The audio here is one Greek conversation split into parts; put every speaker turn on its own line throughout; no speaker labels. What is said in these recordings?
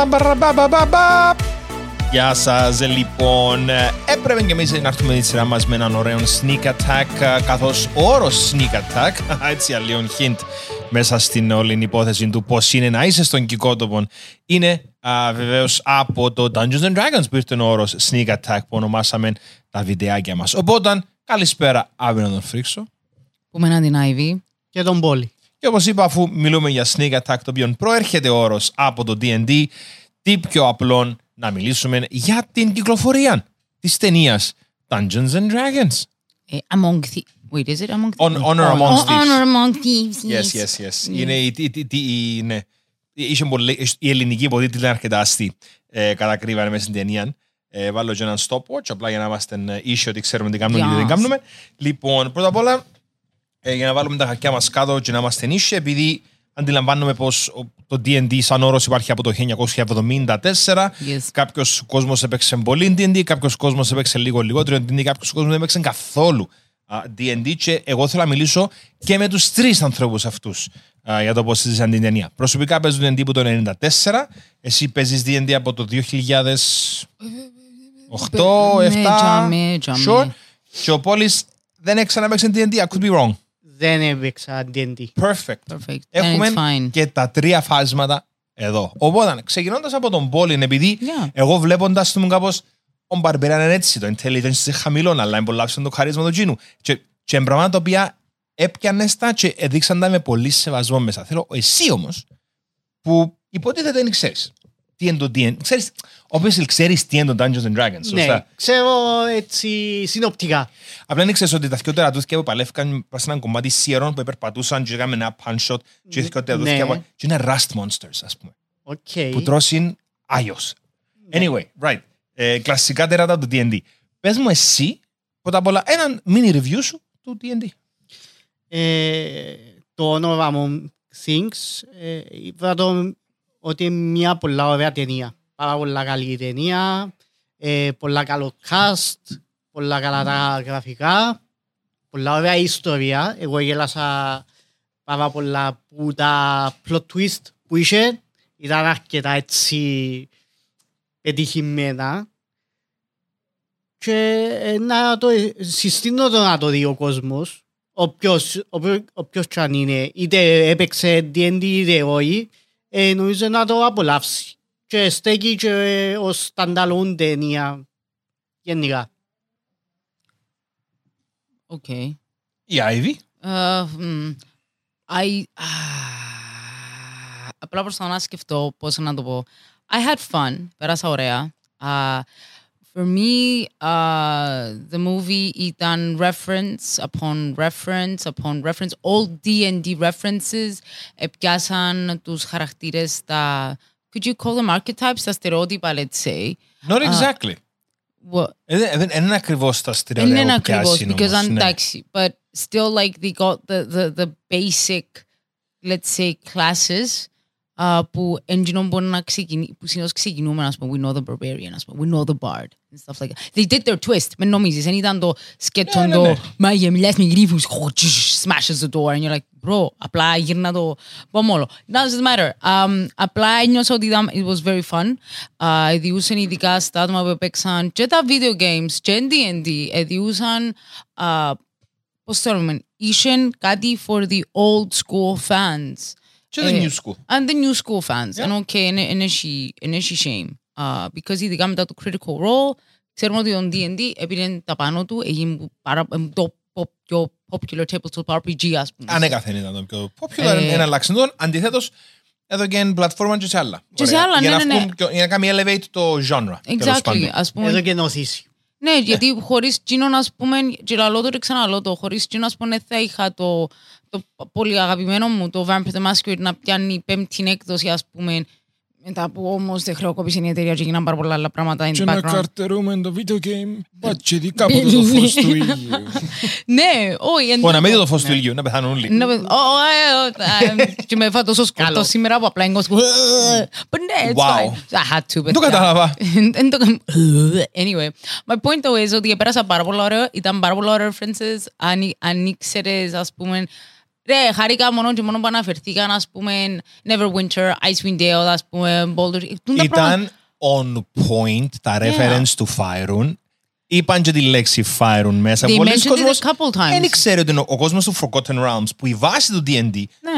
Μπαμπαραμπαμπαμπαμπα. Γεια σα, λοιπόν. Έπρεπε και εμεί να έρθουμε τη σειρά μα με έναν ωραίο sneak attack, καθώ ο όρο sneak attack, έτσι αλλιώ hint μέσα στην όλη την υπόθεση του πώ είναι να είσαι στον κυκότοπο, είναι βεβαίω από το Dungeons and Dragons που ήρθε ο όρο sneak attack που ονομάσαμε τα βιντεάκια μα. Οπότε, καλησπέρα, αύριο να τον φρίξω.
Πούμε να την Άιβη.
Και τον Πόλη.
Και όπως είπα, αφού μιλούμε για sneak attack, το οποίο προέρχεται ο όρος από το DD, τι πιο απλό να μιλήσουμε για την κυκλοφορία της ταινίας Dungeons and Dragons.
Ε, among thieves. Wait, is it among
On,
thieves?
honor among
Oh, honor
thieves.
among thieves.
Yes, yes, yes. Είναι η- η- η- η- η- ναι. Είχε πολλή- η ελληνική υποτίτλη ήταν αρκετά αστή. Ε, κατακρύβανε μέσα στην ταινία. Ε, βάλω και έναν stopwatch, απλά για να είμαστε ε, ίσοι ότι ξέρουμε τι κάνουμε και τι δεν
Yes.
κάνουμε. Λοιπόν, πρώτα απ' όλα, ε, για να βάλουμε τα χαρτιά μας κάτω και να είμαστε νύχοι, επειδή αντιλαμβάνομαι πως ο- το D&D σαν όρος υπάρχει από το 1974.
Yes.
Κάποιος κόσμος έπαιξε πολύ D&D, κάποιος κόσμος έπαιξε λίγο λιγότερο D&D, κάποιος κόσμος δεν έπαιξε καθόλου α, D&D και εγώ θέλω να μιλήσω και με τους τρεις ανθρώπους αυτούς α, για το πώς ζήσαν την ταινία. Προσωπικά παίζω D&D από το 1994, εσύ παίζεις D&D από το 2000... 8,
Ναι,
7,
τζαμί, τζαμί.
sure. Και ο Πόλης δεν έξανα παίξει D&D, I could be wrong.
Δεν έπαιξα D&D.
Perfect.
Perfect. Έχουμε...
Έχουμε
And it's fine.
και τα τρία φάσματα εδώ. Οπότε, ξεκινώντας από τον Πόλιν, επειδή
Yeah.
εγώ βλέποντας του μου κάπως. Ο Μπαρμπέρα είναι έτσι, το intelligence είναι χαμηλό, αλλά εμπολάψαν το χαρίσμα του Τζίνου. Και, και είναι πράγματα τα οποία έπιανες τα και έδειξαν τα με πολύ σεβασμό μέσα. Θέλω εσύ όμως, που υποτίθεται δεν ξέρεις. Τι είναι το DN. Ξέρεις, obviously ξέρεις τι είναι το Dungeons and Dragons.
Ναι,
Σωστά.
ξέρω έτσι συνοπτικά.
Απλά δεν ξέρεις ότι τα πιο τερατούθια που παλεύκαν πα σε ένα κομμάτι σιερών που περπατούσαν και έκαμε ένα punch shot. Και οι πιο τερατούθια
Ναι.
που. Και είναι rust monsters, ας πούμε
Οκ.
Ε.
Ναι.
που τρώσει Άγιο.
Ναι.
Anyway, right. Ε, κλασικά τεράτα του DND. Πες μου εσύ, πρώτα απ' όλα, έναν mini review σου του DND.
Ε, το όνομα μου Things ε, είπα το ότι είναι μια πολλά ωραία ταινία. Πάρα πολλά καλή ταινία, ε, πολλά καλό cast, πολλά καλά τα γραφικά, πολλά ωραία ιστορία. Εγώ γέλασα πάρα πολλά που τα plot twist που είχε ήταν αρκετά έτσι πετυχημένα. Και ε, να το συστήνω το να το δει ο κόσμος όποιος, όποιος, όποιος κι αν είναι, είτε έπαιξε D&D είτε όχι, ε, νομίζω να το απολαύσει. Και στέκει και ε, ως standalone ταινία γενικά.
Okay.
Η Ivy.
Uh, mm, I, ah, απλά προσπαθώ να σκεφτώ πώς να το πω. I had fun. Πέρασα ωραία. Uh, for me, uh, the movie ήταν reference upon reference upon reference. All D&D references επιάσαν τους χαρακτήρες τα... Could you call them archetypes? Τα στερεότυπα, let's say.
Not exactly.
What,
Ε, δεν- δεν- δεν είναι ακριβώ τα
And
στερεότυπα.
then Ε, ακριβώς, because I'm
ναι.
taxi, but still like they got the the the basic, let's say classes, uh, που engine μπορεί να ξεκινήσει, που συνήθως ξεκινούμε, ας πούμε, we know the barbarian, ας πούμε, we know the bard, and stuff like that. They did their twist, με νόμιζες, δεν ήταν το σκέτο
Ναι, ναι, ναι.
το μάγια, μιλάς με γρίφους, χω, τσσ, smashes the door, and you're like, bro, απλά γύρνα το πομόλο. Doesn't matter. Um, απλά ένιωσα ότι ήταν, it was very fun. Uh, Διούσαν ειδικά στα άτομα που έπαιξαν και τα video games και D&D, ε, διούσαν uh, πώς το λέμε, ήσαν κάτι for the old school fans.
Και the
Ε,
new school.
And the new school fans.
Yeah.
And okay, and, and, she, and she shame. Uh, because ειδικά μετά το critical role, ξέρουμε ότι το D&D έπαιρνε τα πάνω του, έγινε πάρα, ε, το pop- πιο popular tabletop RPG, ας πούμε.
Ανέκαθεν ήταν το πιο popular,
Ε.
ένα αλλάξαν τον. Αντιθέτως, εδώ και είναι πλατφόρμα και σε άλλα.
Και σε
Ωραία.
άλλα,
για
ναι,
να
ναι, ναι.
βγουν πιο- Για να κάνει elevate το genre. τέλος
Exactly,
πάντων.
ας πούμε.
Εδώ και νοθήσει.
Ναι, γιατί χωρίς τζίνον, ας πούμε, και λαλώ το και ξαναλώ το, χωρίς τζίνον, ας πούμε, θα είχα το, το πολύ αγαπημένο μου, το Vampire the Masquerade, να πιάνει πέμπτην έκδοση, ας πούμε, μετά που όμως δεν χρεοκόπησε η εταιρεία και γίναν πάρα πολλά άλλα πράγματα in
Και
the
να
background.
καρτερούμε το video game. Μπάτσε δι κάποτε το φως του ήλιου.
Ναι, όχι. εν-
Ω, να μην δει το φως του ήλιου, να πεθάνουν όλοι.
Ναι, παιδ- Ω, ε, ω, ε, Και με φάει τόσο σκοτώ
Καλό.
σήμερα που απλά έγκω. But ναι, it's
Wow.
fine. I had to.
Δεν το
παιδιά.
κατάλαβα.
Δεν το κα- Anyway, my point though is ότι πέρασα πάρα πολύ ωραίο. Ήταν πάρα πολύ ωραίο references. Αν, αν ήξερες, ας πούμε, Ρε, χάρηκα μόνο και μόνο που αναφερθήκαν, ας πούμε, Neverwinter, Icewind Dale, ας πούμε, Boulder. Τούν τα πράγματα.
Ήταν on point τα reference του Fyrun. Είπαν και τη λέξη Fyrun μέσα.
They
Πολλοί
mentioned it
κόσμος
a couple times. Ναι.
Δεν ξέρει ότι είναι ο κόσμος του Forgotten Realms που η βάση του D&D είναι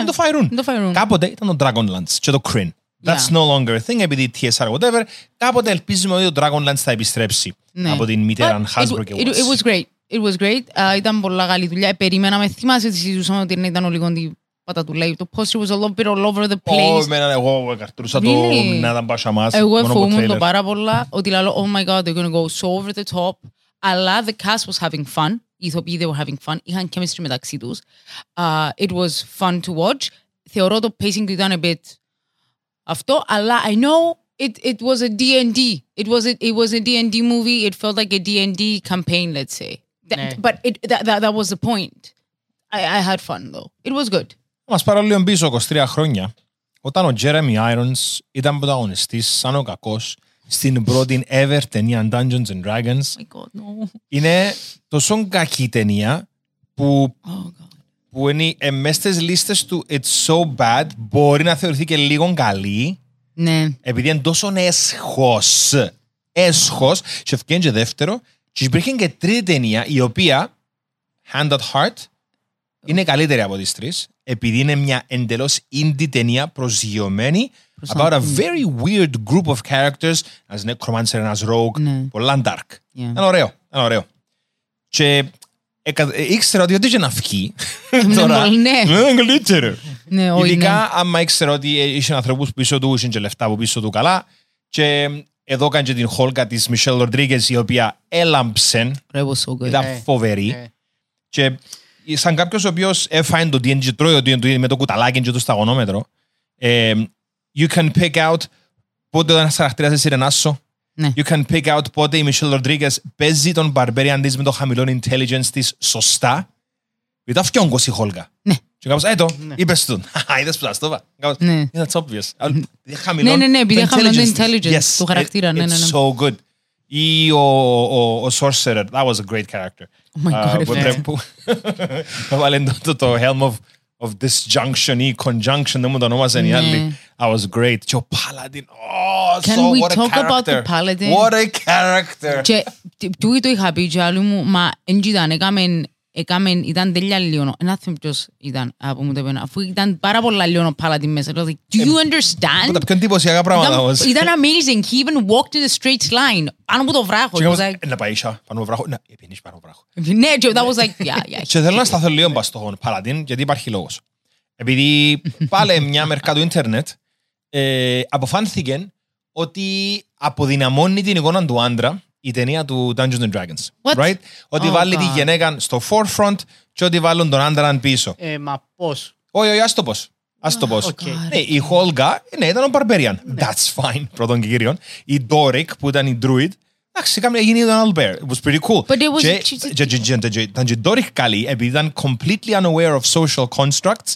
το Fyrun.
είναι το Faerun.
Κάποτε ήταν το Dragonlance και το Kryn. That's
Yeah.
no longer a thing επειδή TSR whatever. Κάποτε ελπίζουμε ότι το Dragonlance θα επιστρέψει
Ναι.
από την μητέρα
But
Hasbro
it-
και
it, it was great. It was great. Uh, ήταν πολλά καλή δουλειά. Περιμέναμε, θυμάσαι τι συζητούσαμε ότι ναι, ήταν λίγο την πατατουλέη. Το poster was a little bit all over the place.
Ω, εμένα, εγώ καρτούσα το
Really?
να ήταν πάσα μας.
Εγώ
μόνο από το
εφοβούμουν το
trailer.
πάρα πολλά ότι λέω, oh my god, they're gonna go so over the top. Αλλά the cast was having fun. Οι ηθοποιοί they were having fun. Είχαν chemistry μεταξύ τους. Uh, it was fun to watch. Θεωρώ το pacing του ήταν a bit αυτό, αλλά I know it, it was a D&D. It was a, it was a D&D movie. It felt like a D&D campaign, let's say. That-
Ναι.
But it, that, that, that was the point. I, I had fun though. It was good.
Μας πάρω λίγο πίσω 23 χρόνια, όταν ο Jeremy Irons ήταν πρωταγωνιστής σαν ο κακός στην πρώτη ever ταινία Dungeons and Dragons.
my god, no.
Είναι τόσο κακή ταινία που,
Oh god.
που είναι ε, μες στις λίστες του It's so bad μπορεί να θεωρηθεί και λίγο καλή
Ναι.
επειδή είναι τόσο έσχος. Έσχος. Και ευκαιρία και δεύτερο. Και υπήρχε και τρίτη ταινία η οποία, Hand at Heart, είναι καλύτερη από τις τρεις επειδή είναι μια εντελώς indie ταινία προσγειωμένη about a very weird group of characters ένας necromancer, ένας rogue,
Ναι.
πολλά dark.
Yeah.
Ήταν ωραίο, ήταν ωραίο. Και εκα- ε, ήξερα ότι ό,τι και να βγει τώρα,
Ναι, ναι.
είναι καλύτερο.
Ναι, όχι, ναι.
Ειδικά άμα ήξερε ότι ε, είχε ανθρώπους πίσω του, είχε και λεφτά από πίσω του καλά. Και ε, εδώ έκανε και την χόλκα της Μισελ Ροντρίγκε, η οποία έλαμψε,
It was so good.
ήταν
Ε,
φοβερή.
ναι.
ε.
Και σαν κάποιος ο οποίος έφαγε το DNG, τρώει το DNG με το κουταλάκι και το σταγονόμετρο, ε, you can pick out πότε ένας χαρακτήρας εσύ Ρενάσο.
Ναι.
You can pick out πότε η Μισελ Ροντρίγκε παίζει τον Barbarian τη με το χαμηλό intelligence της σωστά. Ήταν φτιόγκος η Χόλγα.
Ναι.
Και κάπως, «Ε, το, είπες του. Χαχα, είδες που τα στόβα. Κάπως,
Ναι.
«Yeah, That's obvious. Αλλά επειδή χαμηλό
Ναι, ναι, ναι, επειδή
το
χαμηλό το
intelligence της.
intelligence
Yes, Ε,
του χαρακτήρα,
it-
ναι, ναι, ναι.
It's so good. E Ή ο, ο, ο Sorcerer, that was a great character. Uh,
Oh my
Α,
God,
που
ναι.
πρέπει- που- Έβαλε το- το- το Helm of, of Disjunction ή Conjunction, δεν μου το ονόμαζαν οι
Ναι.
άλλοι. That was great. Και ο Paladin, oh,
Can
so
we
what a
talk about the
character.
Paladin?
What a character.
Και τ- τούτο το είχα πει και άλλου μου, μα εν τζ' ήταν, έκαμεν, έκαμεν, ήταν τέλεια λιώνο. Ένα θυμ ποιος ήταν που μου το είπε, αφού ήταν πάρα πολλά λιώνο Paladin μέσα. Λέω, like, do you
Από
understand?
τα πιο εντυπωσιακά πράγματα όμως.
Ήταν, ήταν amazing. He even walked in a straight line. Πάνω από το βράχο.
Και
It was
κάπως,
like,
«Ε, Να πάει ίσα, πάνω από βράχο. Να, επίνεις πάνω από βράχο.
ναι, και that was like, yeah, yeah.
Και θέλω να σταθώ λίγο μπας στον Παλαντίν, γιατί υπάρχει λόγος. Επειδή πάλι μια μερικά του ίντερνετ ε, αποφάνθηκε ότι αποδυναμώνει την εικόνα του άντρα η ταινία του Dungeons and Dragons.
What?
Right? Ότι
Oh,
βάλει τη
God.
γυναίκα στο forefront και ότι βάλουν τον άντρα πίσω.
Ε, μα πώς.
Όχι, όχι, ας το πώς. Ας το πώς.
Οκ.
Ναι, η Χόλγα, ναι, ήταν ο Barbarian. That's fine, πρώτον και κύριον. Η Ντόρικ, που ήταν η Druid, εντάξει, κάμια γίνει τον Albert. It was pretty cool.
But it was-
Και- και- και- και- και- Ήταν και η Ντόρικ καλή, επειδή ήταν completely unaware of social constructs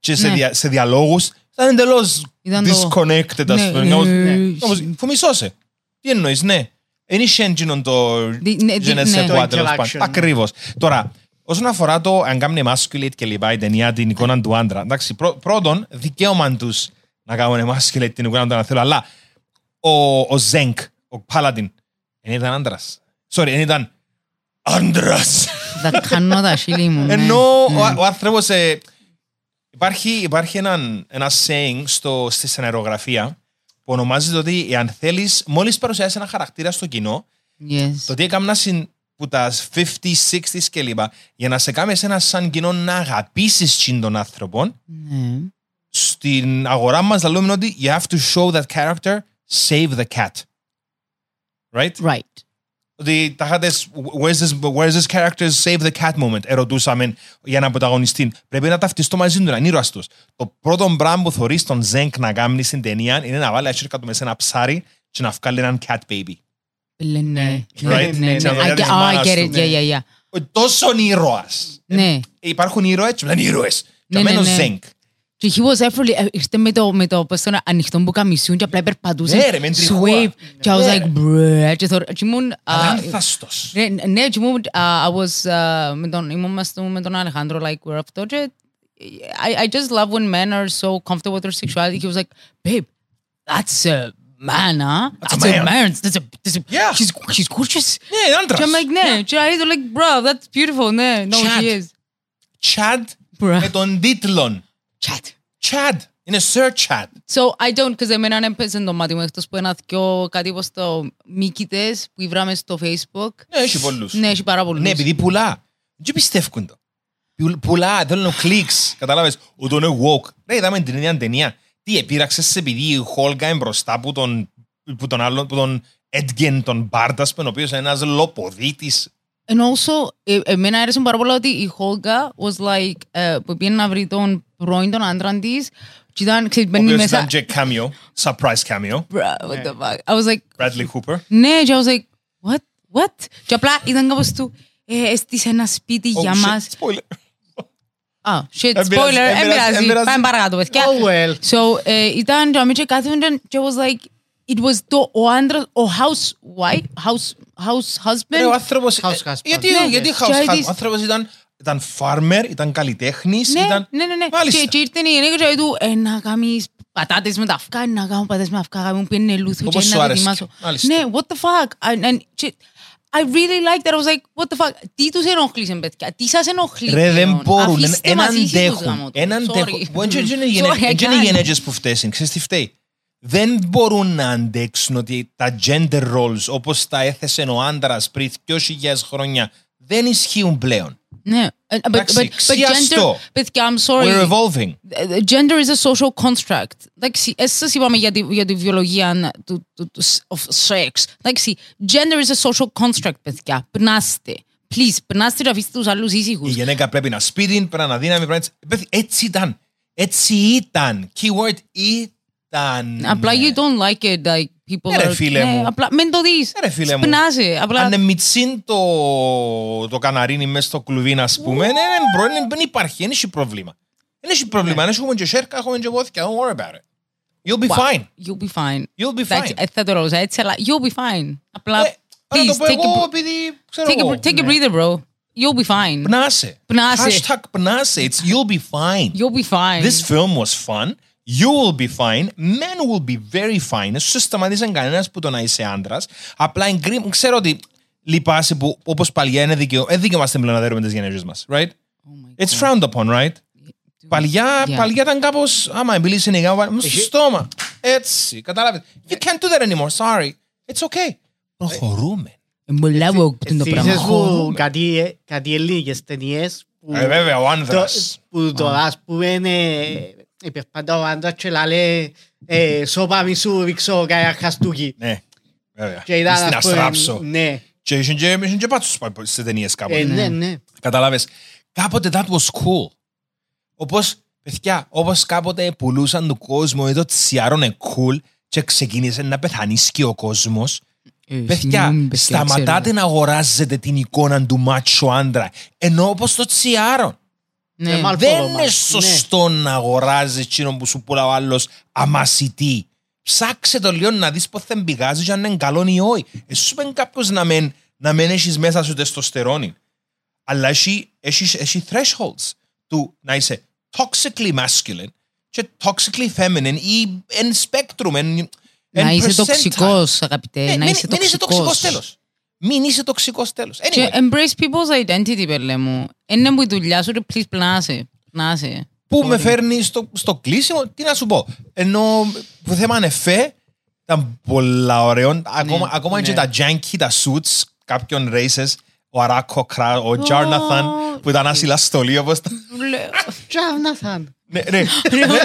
και σε
Ναι.
δια- σε διαλόγους ήταν εντελώς
Ήταν το-
disconnected, ας
Ναι,
πούμε.
ναι.
Κάπως- Όμως, φουμισώσε. Τι εννοείς, ναι. Είναι σέντζινον το
Δι- ναι, δι-
je ne
ναι.
sais
Το
quoi, τέλος
interaction.
πάντων. Ακριβώς. Τώρα, όσον αφορά το αν κάνουν emasculate και λοιπά η ταινία την εικόνα του άντρα, εντάξει, πρω- πρώτον, δικαίωμα τους να κάνουν emasculate την εικόνα του άντρα, θέλω, αλλά ο, ο Ζενκ, ο Πάλαντιν, δεν ήταν άντρας. Sorry, δεν ήταν άντρας.
Τα κάνω τα χείλη
Ε,
μου. ναι.
Ενώ ο, ο άνθρωπος... ε, υπάρχει υπάρχει έναν, ένα saying στο, στη σενερογραφία που ονομάζεται ότι εάν θέλεις, μόλις παρουσιάσεις ένα χαρακτήρα στο κοινό,
Yes.
το τι έκανα συν που τα 50, 60 κλπ. Για να σε κάνει ένα σαν κοινό να αγαπήσεις τον άνθρωπο,
Ναι.
στην αγορά μας λέμε ότι you have to show that character, save the cat. Right?
Right.
Ότι τα είχατε, σ- where's this, where's this character's save the cat moment, ερωτούσαμε για να πρωταγωνιστή. Πρέπει να ταυτιστώ μαζί του, να είναι ήρωας τους. Το πρώτο πράγμα που θωρείς τον Ζενκ να κάνει στην ταινία είναι να βάλει ασύρκα του μέσα ένα ψάρι και να βγάλει έναν cat baby.
Λένε, ναι.
Right.
Ναι, ναι, ναι.
Της
I
αδελφιάς
get- oh, I
μάνας
get
του,
it.
ναι. Ε,
Yeah, yeah, yeah.
Ο- Τόσον ήρωας.
Ναι.
υπάρχουν ήρωες και δεν ήρωες.
Ναι,
Για μένα ο
ναι, ναι.
Ζενκ.
Και he was effortless. Ε, Ήρθε με το, με το πώς το λένε, ανοιχτό που καμισούν και απλά
Ναι,
υπερπατούσε.
ρε, με τριχούα.
Swipe. Και I was
Ναι,
like,
ρε.
bruh. Και θωρώ- και ήμουν... α,
Λάνθαστος.
ναι, Ναι, και ήμουν... α, I was... α, με τον- Ήμουν μες στο- με τον Αλεχάνδρο, like, we're αυτό. Και I, I just love when men are so comfortable with their sexuality. He was like, babe, that's a man, huh? That's,
a
a
man.
man. That's a, that's a
Yeah.
She's she's gorgeous.
Ναι, είναι άντρας.
Και I'm like, ναι. Και I was like, bro, that's beautiful. Ναι, no,
Chad.
she is.
Chad
Bruh.
με τον τίτλο.
Chat.
Chad. Είναι Sir Chad.
So I don't, because εμένα δεν παίζει το μάτι μου, εκτός που ένα δυο κάτι όπως το Μίκητες που βράμε στο Facebook.
Ναι, έχει πολλούς.
Ναι, έχει πάρα πολλούς.
Ναι, επειδή πουλά. Δεν πιστεύουν το. Πουλ- Πουλά, θέλουν κλικς. Καταλάβες, ούτε είναι woke. Ρε, είδαμε την ίδια ταινία. Τι, επήραξες επειδή η Χόλγκα είναι μπροστά που τον, που τον άλλον, που τον Έντγκεν, τον Μπάρντας, ο οποίος είναι ένας λοποδίτης.
And also, ε, εμένα άρεσε πάρα πολύ ότι η Χόγκα was like, ε, που πήγαινε να βρει τον πρώην τον άντρα της και ήταν, ξέρεις,
Ο
μπαίνει
οποίος
μέσα.
ήταν Ναι. και cameo, surprise cameo.
Bruh, what the fuck. I was like,
Bradley Cooper.
ναι, και I was like, what, what. Και απλά ήταν κάπως του, ε, έστεισε ένα σπίτι
Oh,
για
shit,
μας.
Spoiler.
Α, Ah, shit,
Εν πειράζει,
spoiler,
εν
εν
πειράζει, εν
πειράζει.
πειράζει.
Πάμε παρακάτω, παιδιά.
Oh well.
So, eh, ε, ήταν το αμίτσο κάθονταν και was like, it was το, ο άντρας, ο housewife, house, house
Ρε, ο
husband.
άνθρωπος...
House husband.
Γιατί,
Ναι,
γιατί
ναι.
house
Και
husband.
της-
Ο άνθρωπος ήταν, ήταν farmer, ήταν καλλιτέχνης,
Ναι,
ήταν...
ναι, ναι, ναι.
Μάλιστα.
Και, και ήρθε η γυναίκα και λέει του, ε, να κάνεις πατάτες με τα αυκά, να κάνω πατάτες με αυκά, να μου πίνει λούθου και
Όπως σου
να το
άρεσε.
ετοιμάσω.
Μάλιστα.
Ναι, what the fuck. And, and, και- I really liked that. I was like, what the fuck. Τι τους ενοχλήσε, παιδιά. Τι σας ενοχλεί.
Ρε δεν
πλέον?
μπορούν,
Αφήστε
δεν
μας ήσυχους,
αντέχουν.
γάμο τους.
Δεν
Sorry.
αντέχουν. Μπορεί και- και είναι οι
Sorry, I
γενε- και είναι οι
can't.
γενέτες που φταίσουν, ξέρεις τι φταίει. Δεν μπορούν να αντέξουν ότι τα gender roles όπως τα έθεσε ο άντρας πριν 2.000 χρόνια δεν ισχύουν πλέον.
Ναι. Ε, uh, but-
Εντάξει,
but- but
ξιαστό.
gender- Παιδιά, I'm
We're
sorry.
evolving.
Ε, gender is a social construct. Εντάξει, ε, σας είπαμε για τη, για τη βιολογία να- του, του, του, σ- of sex. Εντάξει, gender is a social construct, παιδιά. Πνάστε. Please, πνάστε και αφήστε τους άλλους
Η
ήσυχους.
γυναίκα πρέπει να σπίτι, πρέπει να δύναμη, πρέπει να... Παιδί, Έτσι ήταν. Έτσι ήταν. Keyword ήταν.
Απλά you don't like it, like people
Ε, ρε,
are...
φίλε μου.
Απλά, μην το δεις.
Ε, ρε, φίλε μου.
Σπνάζει. Απλά,
Αν μιτσίν το, το καναρίνι μέσα στο κλουβί, να πούμε, ναι, ναι, μπορεί, ναι, δεν υπάρχει, δεν έχει πρόβλημα. Δεν έχει πρόβλημα, αν έχουμε και σέρκα, έχουμε και βόθηκα, don't worry about it. You'll be
Ναι. wow,
fine.
You'll be fine.
You'll be
Εντάξει,
fine. Eh,
ε, θα το ρωτήσω έτσι, αλλά you'll be fine. Απλά,
Ε, άρα
please,
το πω
take
εγώ,
a,
επειδή, ξέρω
take
εγώ.
a, take a breather, bro. You'll be fine.
Πνάσε.
Πνάσε.
Hashtag πνάσε. It's you'll be fine.
You'll be fine.
This film was fun. You will be fine. Men will be very fine. Σου σταματήσαν κανένας που το να είσαι άντρας. Απλά εγκρι... ξέρω ότι λυπάσαι που όπως παλιά είναι δικαιό. Ε, δικαιούμαστε πλέον να δέρουμε τις γενέζες μας. Right?
Oh
It's frowned upon, right? Παλιά,
Yeah.
παλιά ήταν κάπως. Άμα εμπειλήσει είναι γάμα, στο στόμα. Έτσι, κατάλαβες. You can't do that anymore. Sorry. It's okay. Προχωρούμε.
Μολά μου το πράγμα. Ε,
Θύσεις μου κάτι, κάτι ελληνικές ταινίες που,
Ε, βέβαια, ο
το,
άνδρας.
που τώρα ας πούμε είναι υπερπάντα ο άντρας και λέει ε, σώπα μη σου ρίξω κανένα χαστούκι.
Ναι, βέβαια.
Και ήταν
Στην
ας
αστράψω.
πούμε, ναι,
Και είχαν και- είχαν και πάτσους σε ταινίες
ε,
κάπου.
ναι, ναι.
Κατάλαβες. Κάποτε that was cool. Όπως, παιδιά, όπως κάποτε πουλούσαν του κόσμου εδώ τσιάρωνε cool και ξεκίνησε να πεθανίσκει ο κόσμος.
Ε,
Παιδιά,
συγγνώμη, παιδιά,
σταματάτε
ξέρω.
να αγοράζετε την εικόνα του μάτσο άντρα. Ενώ όπως το τσιάρον.
Ναι.
Ε, μάλλον
Δεν
follow
είναι
μας.
σωστό να αγοράζεις εκείνο που σου πουλά ο άλλος αμασιτή. Ψάξε το λίγο να δεις πώς θα μπηγάζει, και αν είναι καλό ή όχι. Εσύ πεν κάποιος να μεν, να μεν έχεις μέσα σου τεστοστερόνι. Αλλά έχει, έχει, έχει thresholds του να είσαι toxically masculine και toxically feminine ή εν spectrum. Εν,
Να
εν
είσαι
percentile.
τοξικός, αγαπητέ.
Ναι,
Να
μην-
είσαι
Μην είσαι τοξικός
τοξικός.
τέλος. Ναι. Μην είσαι τοξικός τέλος.
Και
Anyway.
embrace people's identity, πέλε μου. Είναι που η δουλειά σου, ρε, please, πλάσε. Πλάσε.
που με φέρνει στο, στο κλείσιμο, τι να σου πω. Ενώ που θέμα είναι φε, ήταν πολλά
Ναι,
ωραίο. Ακόμα, ακόμα και τα janky, τα suits κάποιων races, ο Αράκο Κρά, ο Τζάρναθαν, που ήταν άσυλα στολή όπως τα...
Λέω,
Τζάβναθαν.
Ναι, ναι.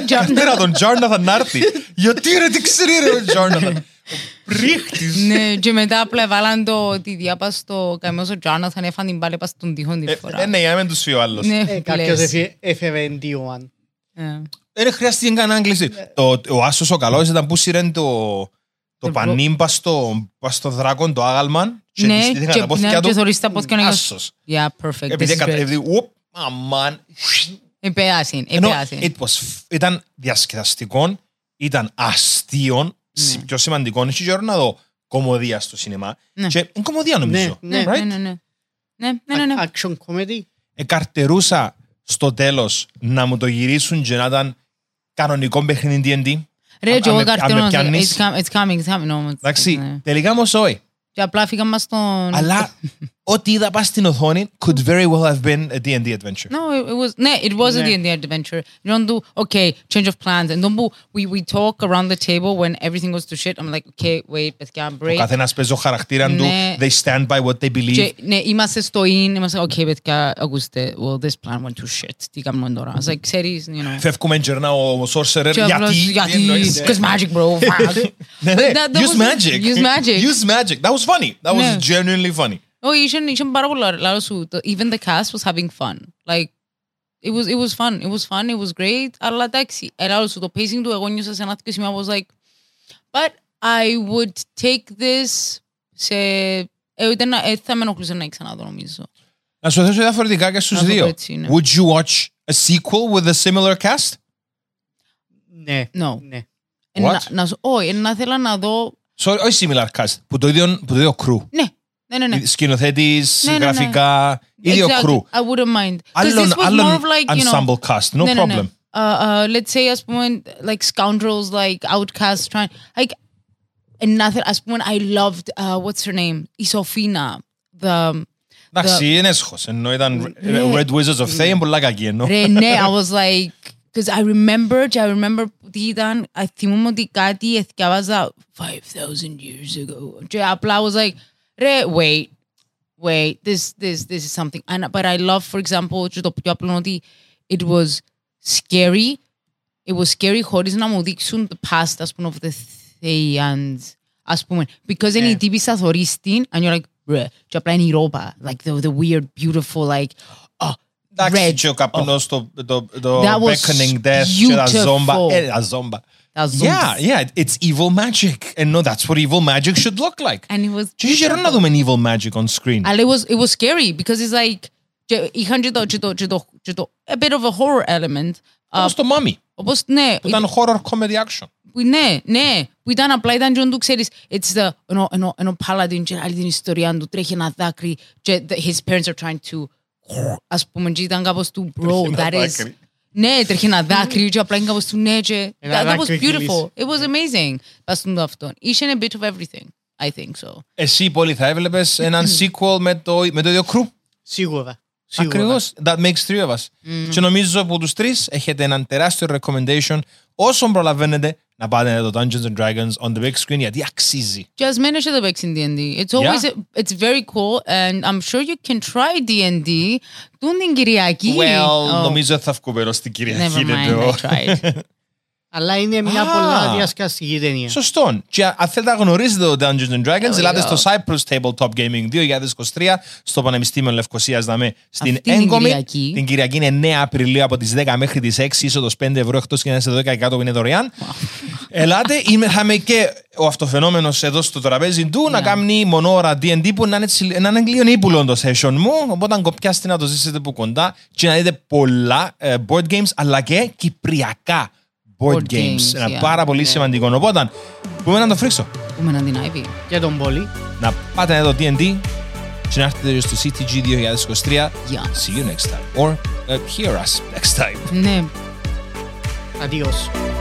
Κατέρα τον Τζάρναθαν να έρθει. Γιατί ρε, τι ξέρει ρε ο Τζάρναθαν. Ο Πρίχτης.
Ναι, και μετά απλά βάλαν το τη διάπαση στο καμιός ο Τζάναθαν, έφαν την πάλι πας στον τοίχο
Ε,
την
ε,
φορά.
Ναι, για μεν τους φύο άλλος.
Ναι,
Ε,
πλες.
Κάποιος έφε- έφερε εντίον.
Ε.
Δεν χρειάστηκε καν άγγλιση.
Ε.
Το- Ο Άσος ο καλός ήταν που σύρεν το, το πανίμ πας στο, πας στο δράκον το άγαλμαν και
Ναι,
στήθηκαν
και-
τα πόθηκια
ναι,
του.
και θωρείς τα πόθηκια να- ε,
Άσος.
Yeah, perfect.
Επειδή
This is
εκα-
great. Ε,
επειδή- ουπ, αμάν.
Επέασε,
Ενώ
επέασε.
it was- ήταν διασκεδαστικό, ήταν αστείο, συ- πιο σημαντικό. Είναι και ώρα να δω κομμωδία στο σινεμά.
Ναι.
Και είναι κομμωδία νομίζω.
Ναι, ναι,
right?
Ναι, ναι, ναι. Ναι, ναι, ναι, ναι.
Action comedy.
εκαρτερούσα στο τέλο να μου το γυρίσουν και να ήταν κανονικό παιχνίδι DND.
Ρε, και
αν
εγώ
με- αν με
καρτίνω.
πιάνεις.
It's com- it's coming, it's coming. όμως. Ναι.
Εντάξει, τελικά όμω όχι.
Και απλά φύγαμε στον...
Αλλά ό,τι είδα πα στην οθόνη could very well have been a D&D adventure.
No, it, it was no, it was
Ναι.
not the D&D adventure. You don't do okay, change of plans, and don't do, we we talk around the table when everything goes to shit. I'm like, okay, wait, παιδιά,
Ο
break.
καθένα παίζει ο χαρακτήρα του.
Ναι.
They stand by what they believe.
Και, ναι, είμαστε στο in, είμαστε, okay, παιδιά, ακούστε, well, this plan went to shit. Τι κάνουμε τώρα. It's like, ξέρεις, you know.
Φεύγουμε γερνά ο Sorcerer.
Και απλώς,
Γιατί.
γιατί,
τι εννοείς, ναι.
because magic, bro, fuck.
Ναι, ναι.
That- that
Use
was-
magic.
use magic.
Use magic. That was funny. That was
Ναι.
genuinely funny.
Όχι, είχε, είχε πάρα πολλά λάθο σου. Το- Even the cast was having fun. Like, it was, it was fun. It was fun. It was great. Αλλά εντάξει, ε, λάθος σου. Το pacing του εγώ νιώσα σε ένα τέτοιο σημείο. I was like, but I would take this σε... Ε, ούτε να, ε, θα με ενοχλούσε να ξαναδώ νομίζω.
Να σου θέσω διαφορετικά και στους
Να το πω
δύο.
έτσι, ναι.
Would you watch a sequel with a similar cast?
Ναι.
No.
ναι.
What?
Ε, να, να, σου- όχι, ε, να θέλω να δω...
Sorry, όχι similar cast. Που το ίδιο, που το ίδιο crew.
Ναι, ναι, ναι. ναι.
Σκηνοθέτης,
Ναι, ναι, ναι.
γραφικά, ίδιο
Exactly.
crew.
I wouldn't mind. 'Cause
Άλλον,
this was more
άλλον
of like, you know,
ensemble cast. No
Ναι, ναι, ναι.
problem.
Uh, uh, let's say, ας πούμε, like scoundrels, like outcasts, trying, like, another, ας πούμε, I loved, uh, what's her name, η Σοφίνα, the, um, Mm.
Εντάξει, είναι έσχος. Ενώ ήταν
Ναι.
Red Wizards of Thay, είναι πολλά κακή ενώ.
Ρενέ, I was like, because I remember, και I remember τι ήταν, I θυμούμαι ότι κάτι εθιάβαζα 5,000 years ago. Και απλά I was like, ρε, wait, wait, this, this, this is something. And, but I love, for example, και το πιο απλό είναι ότι it was scary, it was scary χωρίς να μου δείξουν the past, ας πούμε, of the Theians, ας πούμε. Because είναι η τύπισσα θωρείς την, and you're like, ρε, και απλά είναι η ρόπα, like the, the weird, beautiful, like, oh,
Εντάξει,
red. Oh.
και ο καπνός, το, το, το
That was
Beckoning Death και τα ζόμπα.
beautiful.
Ε, τα ζόμπα.
Τα zombies.
Yeah, yeah, it's evil magic. And no, that's what evil magic should look like.
And it was
Και είχε καιρό να δούμε evil magic on screen.
And it was it was scary because it's like και είχαν και το, και το, και το, και το a bit of a horror element. Uh,
Όπως το Mummy,
όπως ναι,
που ήταν horror comedy action.
που, ναι, ναι, που ήταν απλά ήταν και όντου ξέρεις, it's the, ενώ, ενώ, ενώ Paladin και άλλη την ιστορία του τρέχει ένα δάκρυ και the, his parents are trying to ας πούμε και ήταν κάπως του bro,
ένα
that is
δάκρυ.
ναι, τρέχει ένα δάκρυ και απλά είναι κάπως του ναι και
Ένα
that, that was
δάκρυ
beautiful,
κύλησε.
it was amazing πας το αυτό, είχε a bit of everything I think so
Εσύ, Πόλη, θα έβλεπες έναν
Mm-hmm.
sequel με το, με το ίδιο crew.
Σίγουρα. Σίγουρα.
Ακριβώς. ναι. That makes three of us. Και νομίζω που τους τρεις έχετε έναν τεράστιο recommendation όσον προλαβαίνετε να πάτε να δείτε το Dungeons and Dragons on the big screen γιατί αξίζει.
Just manage the works in D and D. It's always it's very cool, and I'm sure you can try D and D. Don't think Kiriaki.
Well, νομίζω θα βγούμε στην Κυριακή.
Oh, never
είναι
mind.
το-
I tried.
Αλλά είναι μια
Α.
πολλά διασκαστική ταινία.
Σωστό. Και αν θέλετε να γνωρίζετε το Dungeons and Dragons,
we
ελάτε
go.
στο Cyprus Tabletop Gaming 2023 στο Πανεπιστήμιο Λευκοσία Δαμέ στην
Αυτή την
Έγκομη.
Κυριακή.
Την Κυριακή είναι 9 Απριλίου από τι 10 μέχρι τι 6, είσοδο 5 ευρώ εκτό και ένα σε 12 κάτω που είναι δωρεάν. Ελάτε, είμαι- θα είμαι και ο αυτοφαινόμενο εδώ στο τραπέζι του
Ναι.
να κάνει μονόρα DD που να είναι, τσι- να είναι λίγο ύπουλο το session μου. Οπότε αν κοπιάστε να το ζήσετε που κοντά και να δείτε πολλά ε, board games αλλά και κυπριακά board,
Board
games.
games,
Ένα
yeah. Ναι.
πάρα πολύ σημαντικό. Οπότε, πούμε να το φρίξω.
Πούμε να την Ivy.
Και τον Πολύ.
Να πάτε να δω D&D και να έρθετε στο CTG 2023.
Yeah.
See you next time. Or uh, hear us next time.
Ναι.
Αντίο.